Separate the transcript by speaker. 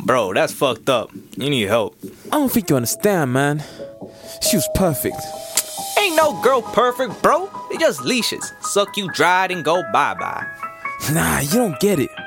Speaker 1: Bro, that's fucked up. You need help.
Speaker 2: I don't think you understand, man. She was perfect.
Speaker 1: Ain't no girl perfect, bro. They just leashes. Suck you dried and go bye bye.
Speaker 2: Nah, you don't get it.